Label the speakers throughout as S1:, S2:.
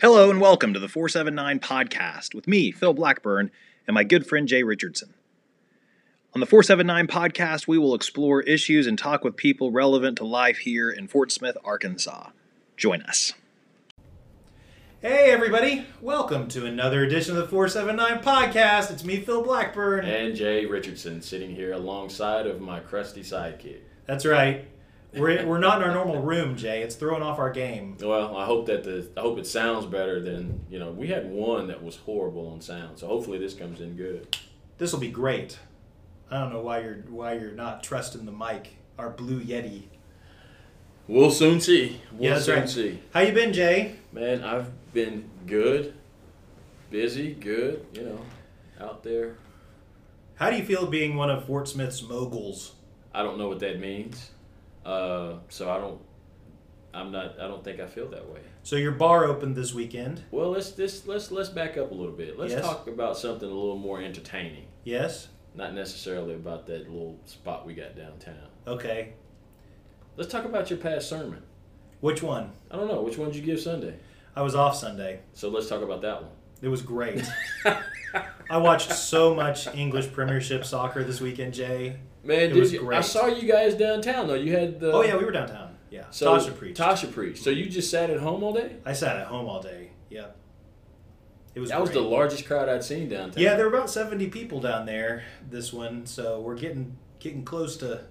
S1: Hello and welcome to the 479 podcast with me, Phil Blackburn, and my good friend Jay Richardson. On the 479 podcast, we will explore issues and talk with people relevant to life here in Fort Smith, Arkansas. Join us.
S2: Hey, everybody. Welcome to another edition of the 479 podcast. It's me, Phil Blackburn.
S3: and Jay Richardson sitting here alongside of my crusty sidekick.
S2: That's right. We're, we're not in our normal room, Jay. It's throwing off our game.
S3: Well, I hope that the I hope it sounds better than you know. We had one that was horrible on sound, so hopefully this comes in good.
S2: This will be great. I don't know why you're why you're not trusting the mic, our blue yeti.
S3: We'll soon see. We'll
S2: Yeah, that's
S3: soon
S2: right.
S3: see.
S2: How you been, Jay?
S3: Man, I've been good, busy, good. You know, out there.
S2: How do you feel being one of Fort Smith's moguls?
S3: I don't know what that means, uh, so I don't. I'm not. I don't think I feel that way.
S2: So your bar opened this weekend.
S3: Well, let's this let's let's back up a little bit. Let's
S2: Yes.
S3: talk about something a little more entertaining.
S2: Yes?
S3: Not necessarily about that little spot we got downtown.
S2: Okay.
S3: Let's talk about your past sermon.
S2: Which one?
S3: I don't know which one did you give Sunday.
S2: I was off Sunday.
S3: So let's talk about that one.
S2: It was great. I watched so much English Premiership soccer this weekend, Jay.
S3: Man,
S2: It
S3: did
S2: was
S3: you- I
S2: great.
S3: saw you guys downtown though. You had the
S2: Oh yeah, we were downtown. Yeah,
S3: so,
S2: Tasha preached.
S3: Tasha preached. So you just sat at home all day.
S2: I sat at home all day. Yeah, it was.
S3: That was
S2: great.
S3: the largest crowd I'd seen downtown.
S2: Yeah, there were about seventy people down there this one, so we're getting getting close to.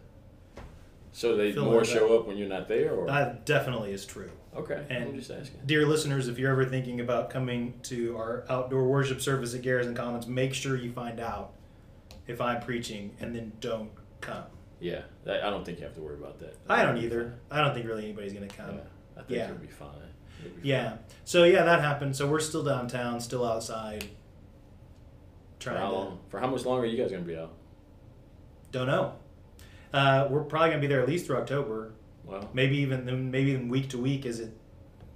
S3: So they
S2: Fill
S3: more
S2: it up.
S3: show up when you're not there, or
S2: That uh, definitely is true.
S3: okay. I'm
S2: and-
S3: just asking.
S2: Dear listeners, if you're ever thinking about coming to our outdoor worship service at Garrison Commons, make sure you find out if I'm preaching, and then don't come.
S3: Yeah, that, I don't think you have to worry about that.
S2: I don't either. I don't think really anybody's gonna come.
S3: Yeah, I think
S2: Yeah.
S3: you'll be fine. You'll be
S2: Yeah. So yeah, that happened. So we're still downtown, still outside.
S3: fine.
S2: Trying
S3: For how
S2: to
S3: long? For how much longer are you guys gonna be out?
S2: don't know. Uh, we're probably gonna be there at least through October.
S3: Well,
S2: Maybe even then maybe even week to week as it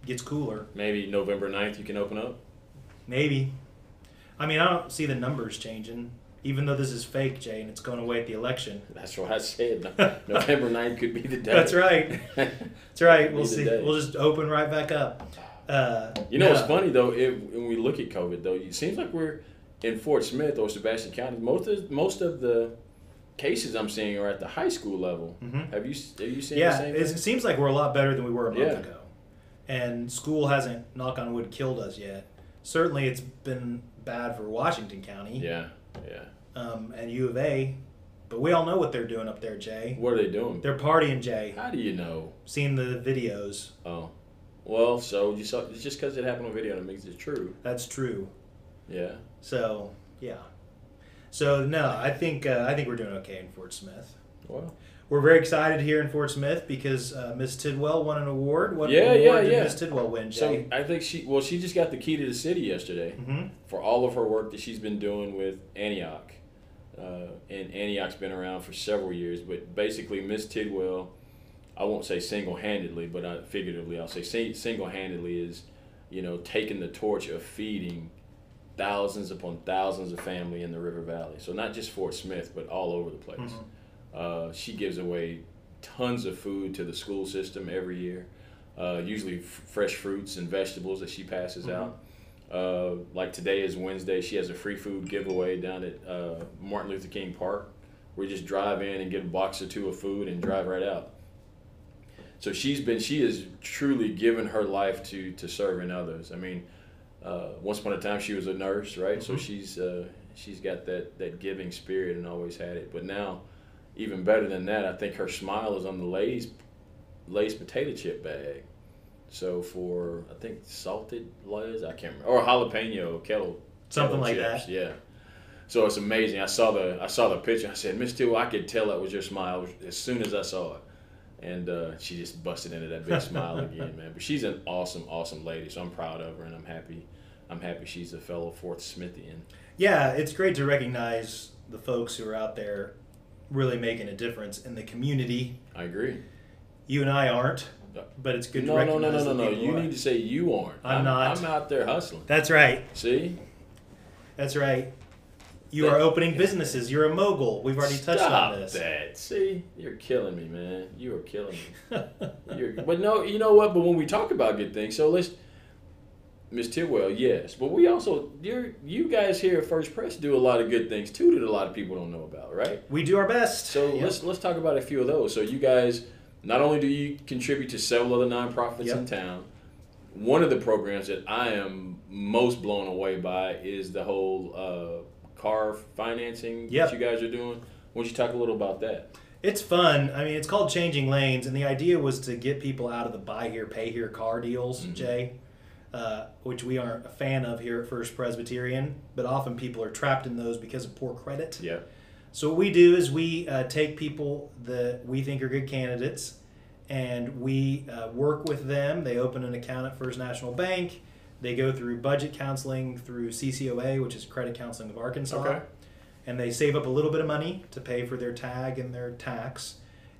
S2: gets cooler.
S3: maybe November 9th you can open up.
S2: Maybe. I mean, I don't see the numbers changing, even though this is fake, Jay, and it's going away at the election.
S3: That's what I said. No- November 9th could be the day.
S2: That's right. That's right. We'll
S3: Be the
S2: see.
S3: day.
S2: We'll just open right back up. Uh,
S3: You know,
S2: yeah.
S3: what's funny though. It, when we look at COVID, though, it seems like we're in Fort Smith or Sebastian County. Most of most of the cases I'm seeing are at the high school level.
S2: Mhm.
S3: Have you have you seen the
S2: Yeah,
S3: same?
S2: it
S3: thing?
S2: seems like we're a lot better than we were a month
S3: Yeah.
S2: ago. And school hasn't, knock on wood, killed us yet. Certainly, it's been bad for Washington County
S3: Yeah, yeah.
S2: um, and U of A, but we all know what they're doing up there, Jay.
S3: What are they doing?
S2: They're partying, Jay.
S3: How do you know?
S2: Seen the videos.
S3: Oh, well, so you saw it's just because it happened on video that makes it true.
S2: That's true.
S3: Yeah.
S2: So yeah. So no, I think uh, I think we're doing okay in Fort Smith.
S3: Well.
S2: We're very excited here in Fort Smith because uh, Miss Tidwell won an award. What
S3: Yeah,
S2: award
S3: yeah,
S2: did
S3: yeah.
S2: Miss Tidwell win,
S3: So
S2: Jay?
S3: I think she well she just got the key to the city yesterday.
S2: hmm
S3: for all of her work that she's been doing with Antioch. Uh, and Antioch's been around for several years, but basically, Miss Tidwell, I won't say single handedly, but I, figuratively, I'll say single handedly is, you know, taking the torch of feeding thousands upon thousands of family in the River Valley. So, not just Fort Smith, but all over the place. Uh, she gives away tons of food to the school system every year, uh, usually f- fresh fruits and vegetables that she passes out. Uh, like today is Wednesday. She has a free food giveaway down at uh, Martin Luther King Park. We just drive in and get a box or two of food and drive right out. So she's been, she has truly given her life to to serving others. I mean, uh, once upon a time she was a nurse, right? So she's uh, she's got that that giving spirit and always had it. But now, even better than that, I think her smile is on the Lay's Lay's potato chip bag. So for I think salted Lay's, I can't remember, or jalapeno kettle
S2: Something like
S3: kettle
S2: that.
S3: chips, Yeah. So it's amazing. I saw the I saw the picture. I said, Miss Till, I could tell that was your smile as soon as I saw it. And uh, she just busted into that big smile again, man. But she's an awesome, awesome lady. So I'm proud of her, and I'm happy. I'm happy she's a fellow Fourth Smithian.
S2: Yeah, it's great to recognize the folks who are out there really making a difference in the community.
S3: I agree.
S2: You and I aren't,
S3: No.
S2: but it's good to
S3: No, no,
S2: recognize
S3: no, no, no,
S2: that
S3: no.
S2: people
S3: You
S2: are.
S3: need to say you aren't.
S2: I'm not.
S3: I'm out there hustling.
S2: That's right.
S3: See?
S2: That's right. You are opening businesses. You're a mogul. We've already touched
S3: Stop
S2: on this.
S3: that. See? You're killing me, man. You are killing me. You're, but no, you know what? But when we talk about good things, so let's Miss Tidwell, yes, but we also you you guys here at First Press do a lot of good things too that a lot of people don't know about, right?
S2: We do our best.
S3: So
S2: Yep.
S3: let's let's talk about a few of those. So you guys, not only do you contribute to several other nonprofits in
S2: Yep.
S3: town, one of the programs that I am most blown away by is the whole uh, car financing
S2: Yep.
S3: that you guys are doing. Why don't you talk a little about that?
S2: It's fun. I mean, it's called Changing Lanes, and the idea was to get people out of the buy here, pay here car deals, Jay, uh, which we aren't a fan of here at First Presbyterian, but often people are trapped in those because of poor credit.
S3: Yeah.
S2: So what we do is we uh, take people that we think are good candidates, and we uh, work with them. They open an account at First National Bank. They go through budget counseling through CCOA, which is Credit Counseling of Arkansas,
S3: Okay.
S2: and they save up a little bit of money to pay for their tag and their tax.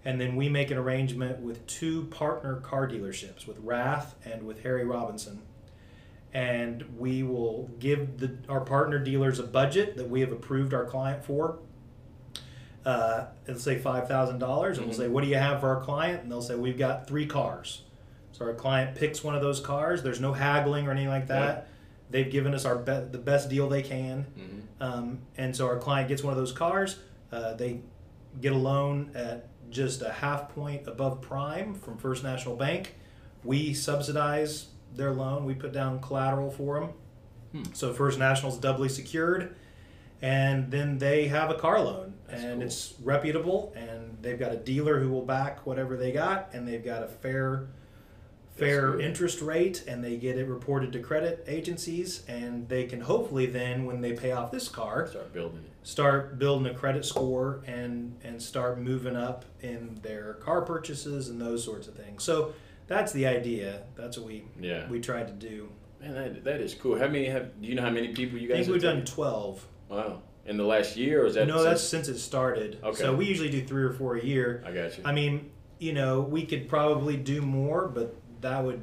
S2: And then we make an arrangement with two partner car dealerships, with Rath and with Harry Robinson and we will give the, our partner dealers a budget that we have approved our client for. Uh, it'll say five thousand dollars, and we'll say, "What do you have for our client?" And they'll say, "We've got three cars." So our client picks one of those cars. There's no haggling or anything like that. They've given us our be- the best deal they can,
S3: Mm-hmm.
S2: um, and so our client gets one of those cars. Uh, they get a loan at just a half point above prime from First National Bank. We subsidize their loan. We put down collateral for them.
S3: Hmm.
S2: So First National's doubly secured, and then they have a car loan,
S3: That's
S2: and
S3: cool.
S2: it's reputable, and they've got a dealer who will back whatever they got, and they've got a fair, fair
S3: good.
S2: interest rate, and they get it reported to credit agencies, and they can hopefully then, when they pay off this car,
S3: Start building it.
S2: start building a credit score and and start moving up in their car purchases and those sorts of things. So that's the idea. That's what we
S3: Yeah.
S2: we tried to do.
S3: Man, that, that is cool. How many have? Do you know how many people you
S2: I
S3: guys?
S2: think we've
S3: have
S2: done twelve.
S3: taken? Wow. In the last year, or is that?
S2: no, that's since it started.
S3: Okay.
S2: So we usually do three or four a year.
S3: I got you.
S2: I mean, you know, we could probably do more, but that would,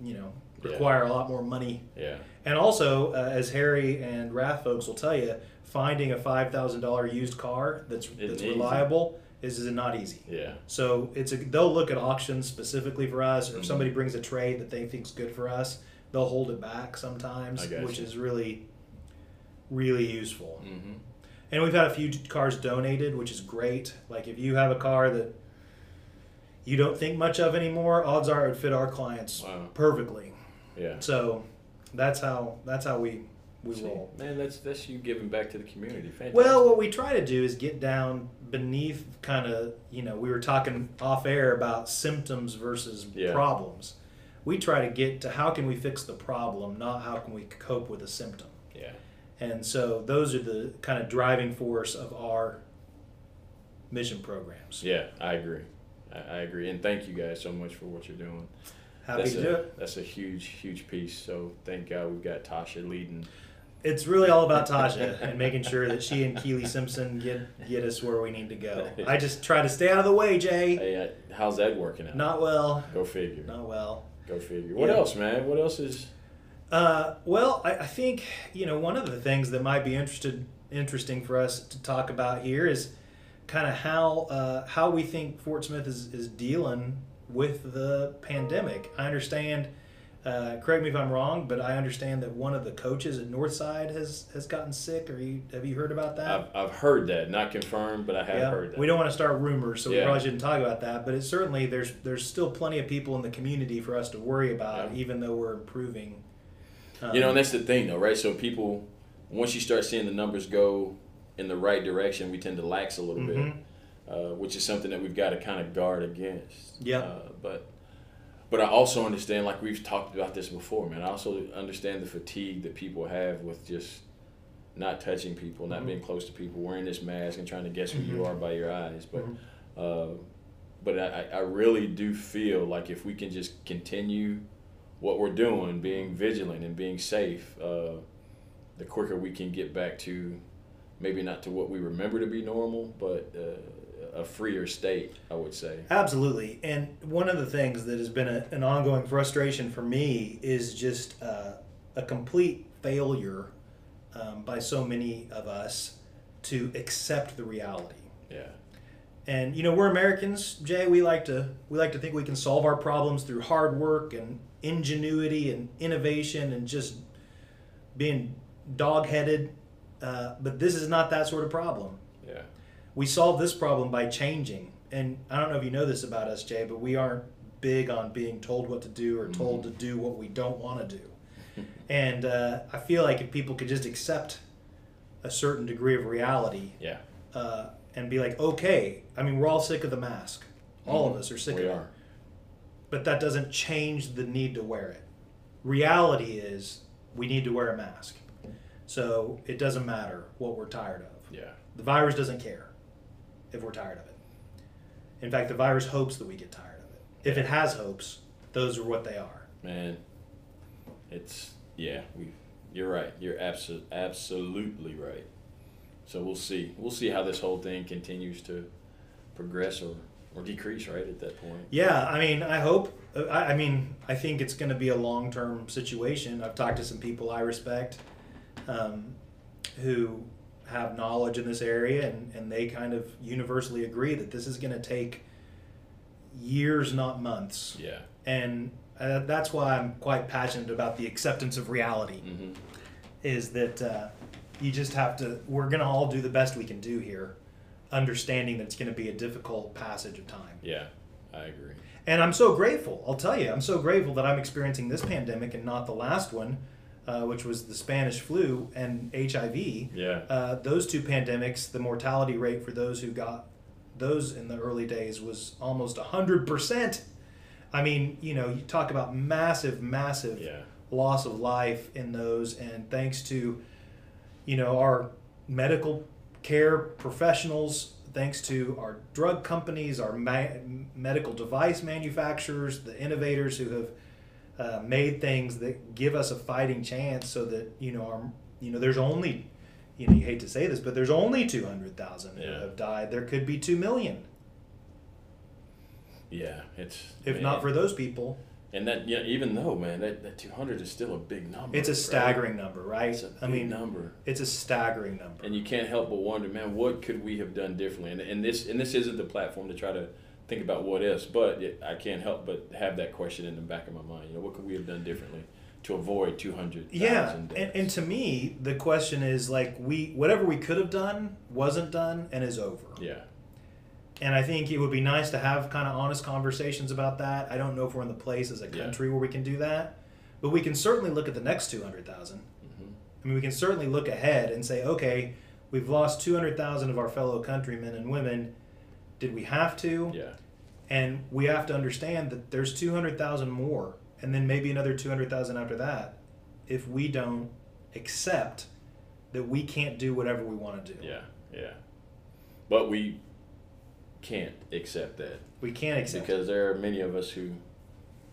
S2: you know,
S3: Yeah.
S2: require a lot more money.
S3: yeah.
S2: And also, uh, as Harry and Rath folks will tell you, finding a five thousand dollar used car that's that's
S3: easy.
S2: reliable is, is not easy.
S3: Yeah.
S2: So it's a, they'll look at auctions specifically for us,
S3: Mm-hmm.
S2: or if somebody brings a trade that they think's good for us, they'll hold it back
S3: I
S2: sometimes,
S3: gotcha.
S2: which is really, really useful.
S3: Mm-hmm.
S2: And we've had a few cars donated, which is great. Like if you have a car that you don't think much of anymore, odds are it would fit our clients
S3: Wow.
S2: perfectly.
S3: Yeah.
S2: So that's how that's how we we
S3: See,
S2: roll.
S3: man, that's that's you giving back to the community. Fantastic.
S2: Well, what we try to do is get down beneath kind of, you know, we were talking off air about symptoms versus
S3: Yeah.
S2: problems. We try to get to how can we fix the problem, not how can we cope with a symptom.
S3: yeah.
S2: And so those are the kind of driving force of our mission programs.
S3: Yeah, I agree. I, I agree, and thank you guys so much for what you're doing.
S2: Happy
S3: that's
S2: to
S3: a,
S2: do it.
S3: That's a huge, huge piece. So thank God we've got Tasha leading.
S2: It's really all about Tasha and making sure that she and Keely Simpson get get us where we need to go. I just try to stay out of the way, Jay.
S3: Hey, I, how's that working out?
S2: Not well.
S3: Go figure.
S2: Not well.
S3: Go figure. What
S2: Yeah.
S3: else, man? What else is?
S2: Uh, well, I, I think you know one of the things that might be interested interesting for us to talk about here is kind of how uh, how we think Fort Smith is, is dealing with the pandemic. I understand. Uh, correct me if I'm wrong, but I understand that one of the coaches at Northside has has gotten sick. Are you have you heard about that?
S3: I've, I've heard that, not confirmed, but I have
S2: Uh, Yeah,
S3: heard that.
S2: we don't want to start rumors, so we
S3: Yeah.
S2: probably shouldn't talk about that. But it's certainly there's there's still plenty of people in the community for us to worry about,
S3: Yeah.
S2: even though we're improving.
S3: You know, and that's the thing, though, right? So people, once you start seeing the numbers go in the right direction, we tend to lax a little
S2: Mhm.
S3: bit, uh, which is something that we've got to kind of guard against.
S2: Yep.
S3: Uh, but but I also understand, like we've talked about this before, man. I also understand the fatigue that people have with just not touching people, not being close to people, wearing this mask and trying to guess who you are by your eyes. But uh, but I, I I really do feel like if we can just continue what we're doing, being vigilant and being safe, uh, the quicker we can get back to maybe not to what we remember to be normal, but uh, a freer state, I would say.
S2: Absolutely. And one of the things that has been a, an ongoing frustration for me is just uh, a complete failure um, by so many of us to accept the reality.
S3: Yeah.
S2: And you know, we're Americans, Jay. We like to we like to think we can solve our problems through hard work and ingenuity and innovation and just being dog-headed. Uh, but this is not that sort of problem.
S3: Yeah.
S2: We solve this problem by changing. And I don't know if you know this about us, Jay, but we aren't big on being told what to do
S3: Mm-hmm.
S2: or told to do what we don't want to do. and uh, I feel like if people could just accept a certain degree of reality
S3: Yeah.
S2: uh, and be like, okay, I mean, we're all sick of the mask. All of us are sick
S3: Mm-hmm. we
S2: of it
S3: are.
S2: but that doesn't change the need to wear it. Reality is we need to wear a mask. So it doesn't matter what we're tired of.
S3: Yeah.
S2: The virus doesn't care if we're tired of it. In fact, the virus hopes that we get tired of it. If it has hopes, those are what they are.
S3: Man, it's yeah. We, you're right. You're abso- absolutely right. So we'll see. We'll see how this whole thing continues to progress or, or decrease. Right at that point.
S2: Yeah, I mean, I hope. uh, I, I mean, I think it's going to be a long term situation. I've talked to some people I respect um, who have knowledge in this area, and, and they kind of universally agree that this is going to take years, not months.
S3: Yeah.
S2: And uh, that's why I'm quite passionate about the acceptance of reality
S3: Mm-hmm.
S2: is that uh, you just have to, we're going to all do the best we can do here, understanding that it's going to be a difficult passage of time.
S3: Yeah. I agree.
S2: And I'm so grateful. I'll tell you, I'm so grateful that I'm experiencing this pandemic and not the last one, uh, which was the Spanish flu and HIV.
S3: Yeah.
S2: Uh, those two pandemics, the mortality rate for those who got those in the early days was almost 100%. I mean, you know, you talk about massive, massive
S3: Yeah.
S2: loss of life in those. And thanks to, you know, our medical care professionals, thanks to our drug companies, our ma- medical device manufacturers, the innovators who have uh, made things that give us a fighting chance so that, you know, our, you know, there's only, you know, you hate to say this, but there's only 200,000 who
S3: Yeah.
S2: have died. There could be 2 million,
S3: Yeah. It's
S2: if
S3: man.
S2: not for those people.
S3: and that yeah even though man that, that two hundred is still a big number.
S2: It's a
S3: right?
S2: staggering number, right?
S3: It's a big
S2: I mean,
S3: number.
S2: it's a staggering number.
S3: and you can't help but wonder, man, what could we have done differently? And, and this and this isn't the platform to try to think about what ifs, but it, I can't help but have that question in the back of my mind. You know, what could we have done differently to avoid two hundred?
S2: yeah and, and to me the question is like we whatever we could have done wasn't done and is over
S3: yeah,
S2: and i think it would be nice to have kind of honest conversations about that i don't know if we're in the place as a
S3: Yeah.
S2: country where we can do that but we can certainly look at the next 200000
S3: Mm-hmm.
S2: i mean we can certainly look ahead and say okay we've lost 200000 of our fellow countrymen and women did we have to
S3: yeah,
S2: and we have to understand that there's 200,000 more, and then maybe another 200,000 after that, if we don't accept that we can't do whatever we want to do.
S3: yeah, yeah. But we can't accept that
S2: We can't accept
S3: because there are many of us who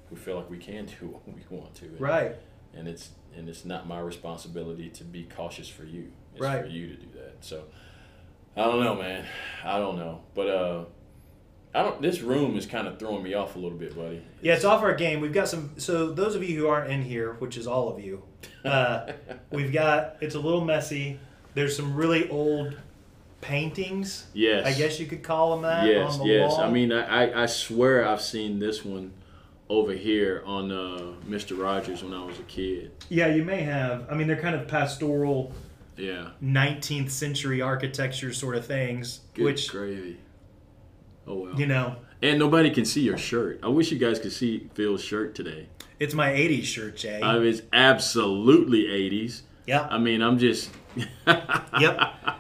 S3: who feel like we can do what we want to.
S2: it. Right.
S3: and it's and it's not my responsibility to be cautious for you. It's
S2: Right.
S3: for you to do that. So I don't know, man. I don't know. But uh I don't this room is kind of throwing me off a little bit, buddy.
S2: Yeah, it's off our game. We've got some. So those of you who aren't in here, which is all of you, uh, we've got. It's a little messy. There's some really old paintings.
S3: Yes.
S2: I guess you could call them that.
S3: Yes,
S2: on the
S3: yes.
S2: Wall.
S3: I mean, I, I, I swear I've seen this one over here on uh, Mr. Rogers when I was a kid.
S2: yeah, you may have. I mean, they're kind of pastoral.
S3: Yeah.
S2: 19th century architecture sort of things,
S3: Good
S2: which
S3: gravy. Oh well.
S2: you know,
S3: and nobody can see your shirt. I wish you guys could see Phil's shirt today.
S2: it's my 80s shirt, Jay.
S3: I mean, it's absolutely 80s.
S2: yep,
S3: I mean, I'm just.
S2: yep,
S3: I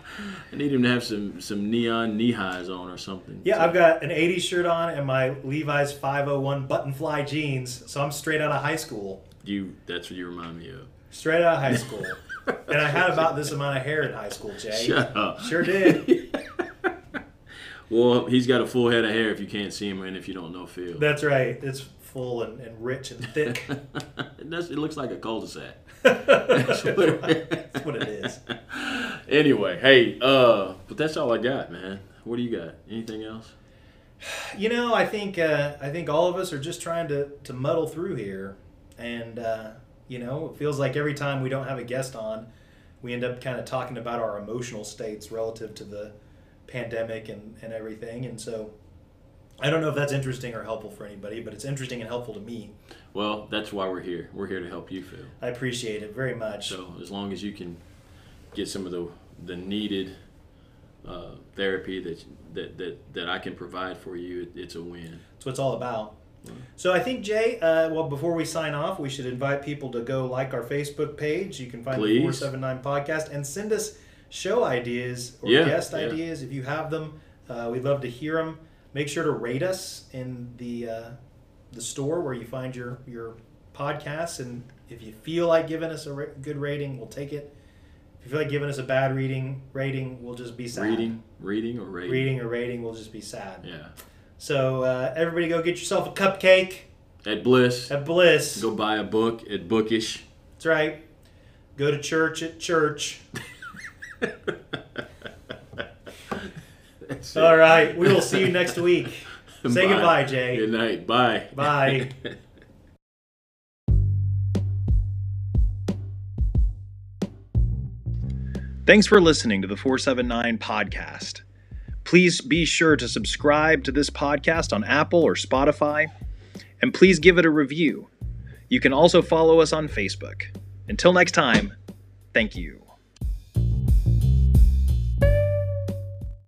S3: need him to have some some neon knee highs on or something.
S2: yeah.
S3: So-
S2: I've got an 80s shirt on and my Levi's 501 button fly jeans, so I'm straight out of high school.
S3: you. That's what you remind me of.
S2: Straight out of high school, and I had about this amount of hair in high school, Jay.
S3: Shut up.
S2: Sure did.
S3: Well, he's got a full head of hair. If you can't see him, and if you don't know Phil,
S2: That's right. It's full and, and rich and thick.
S3: that's it looks like a cul-de-sac.
S2: That's what it is.
S3: Anyway, hey, uh, but that's all I got, man. What do you got? Anything else?
S2: You know, I think uh, I think all of us are just trying to, to muddle through here, and uh, you know, it feels like every time we don't have a guest on, we end up kind of talking about our emotional states relative to the pandemic and, and everything. And so, I don't know if that's interesting or helpful for anybody, but it's interesting and helpful to me.
S3: Well, that's why we're here. We're here to help you, Phil.
S2: I appreciate it very much.
S3: So as long as you can get some of the the needed uh, therapy that, that that that I can provide for you, it, it's a win.
S2: That's what it's all about.
S3: Mm-hmm.
S2: So I think Jay, uh, well, before we sign off, we should invite people to go like our Facebook page. You can find the
S3: Please.
S2: four seven nine podcast and send us show ideas or
S3: Yeah,
S2: guest
S3: yeah.
S2: ideas if you have them. Uh, we'd love to hear them. Make sure to rate us in the uh, the store where you find your your podcasts, and if you feel like giving us a ra- good rating, we'll take it. If you feel like giving us a bad reading rating, we'll just be sad.
S3: Reading, reading, or rating.
S2: reading or rating, we'll just be sad.
S3: Yeah.
S2: So uh, everybody, go get yourself a cupcake
S3: At Bliss,
S2: at Bliss.
S3: go buy a book at Bookish.
S2: That's right. Go to church at church.
S3: That's it.
S2: All right. We will see you next week. Say
S3: Bye.
S2: goodbye, Jay.
S3: Good night. Bye.
S2: Bye.
S1: Thanks for listening to the 479 podcast. Please be sure to subscribe to this podcast on Apple or Spotify, and please give it a review. You can also follow us on Facebook. Until next time, thank you.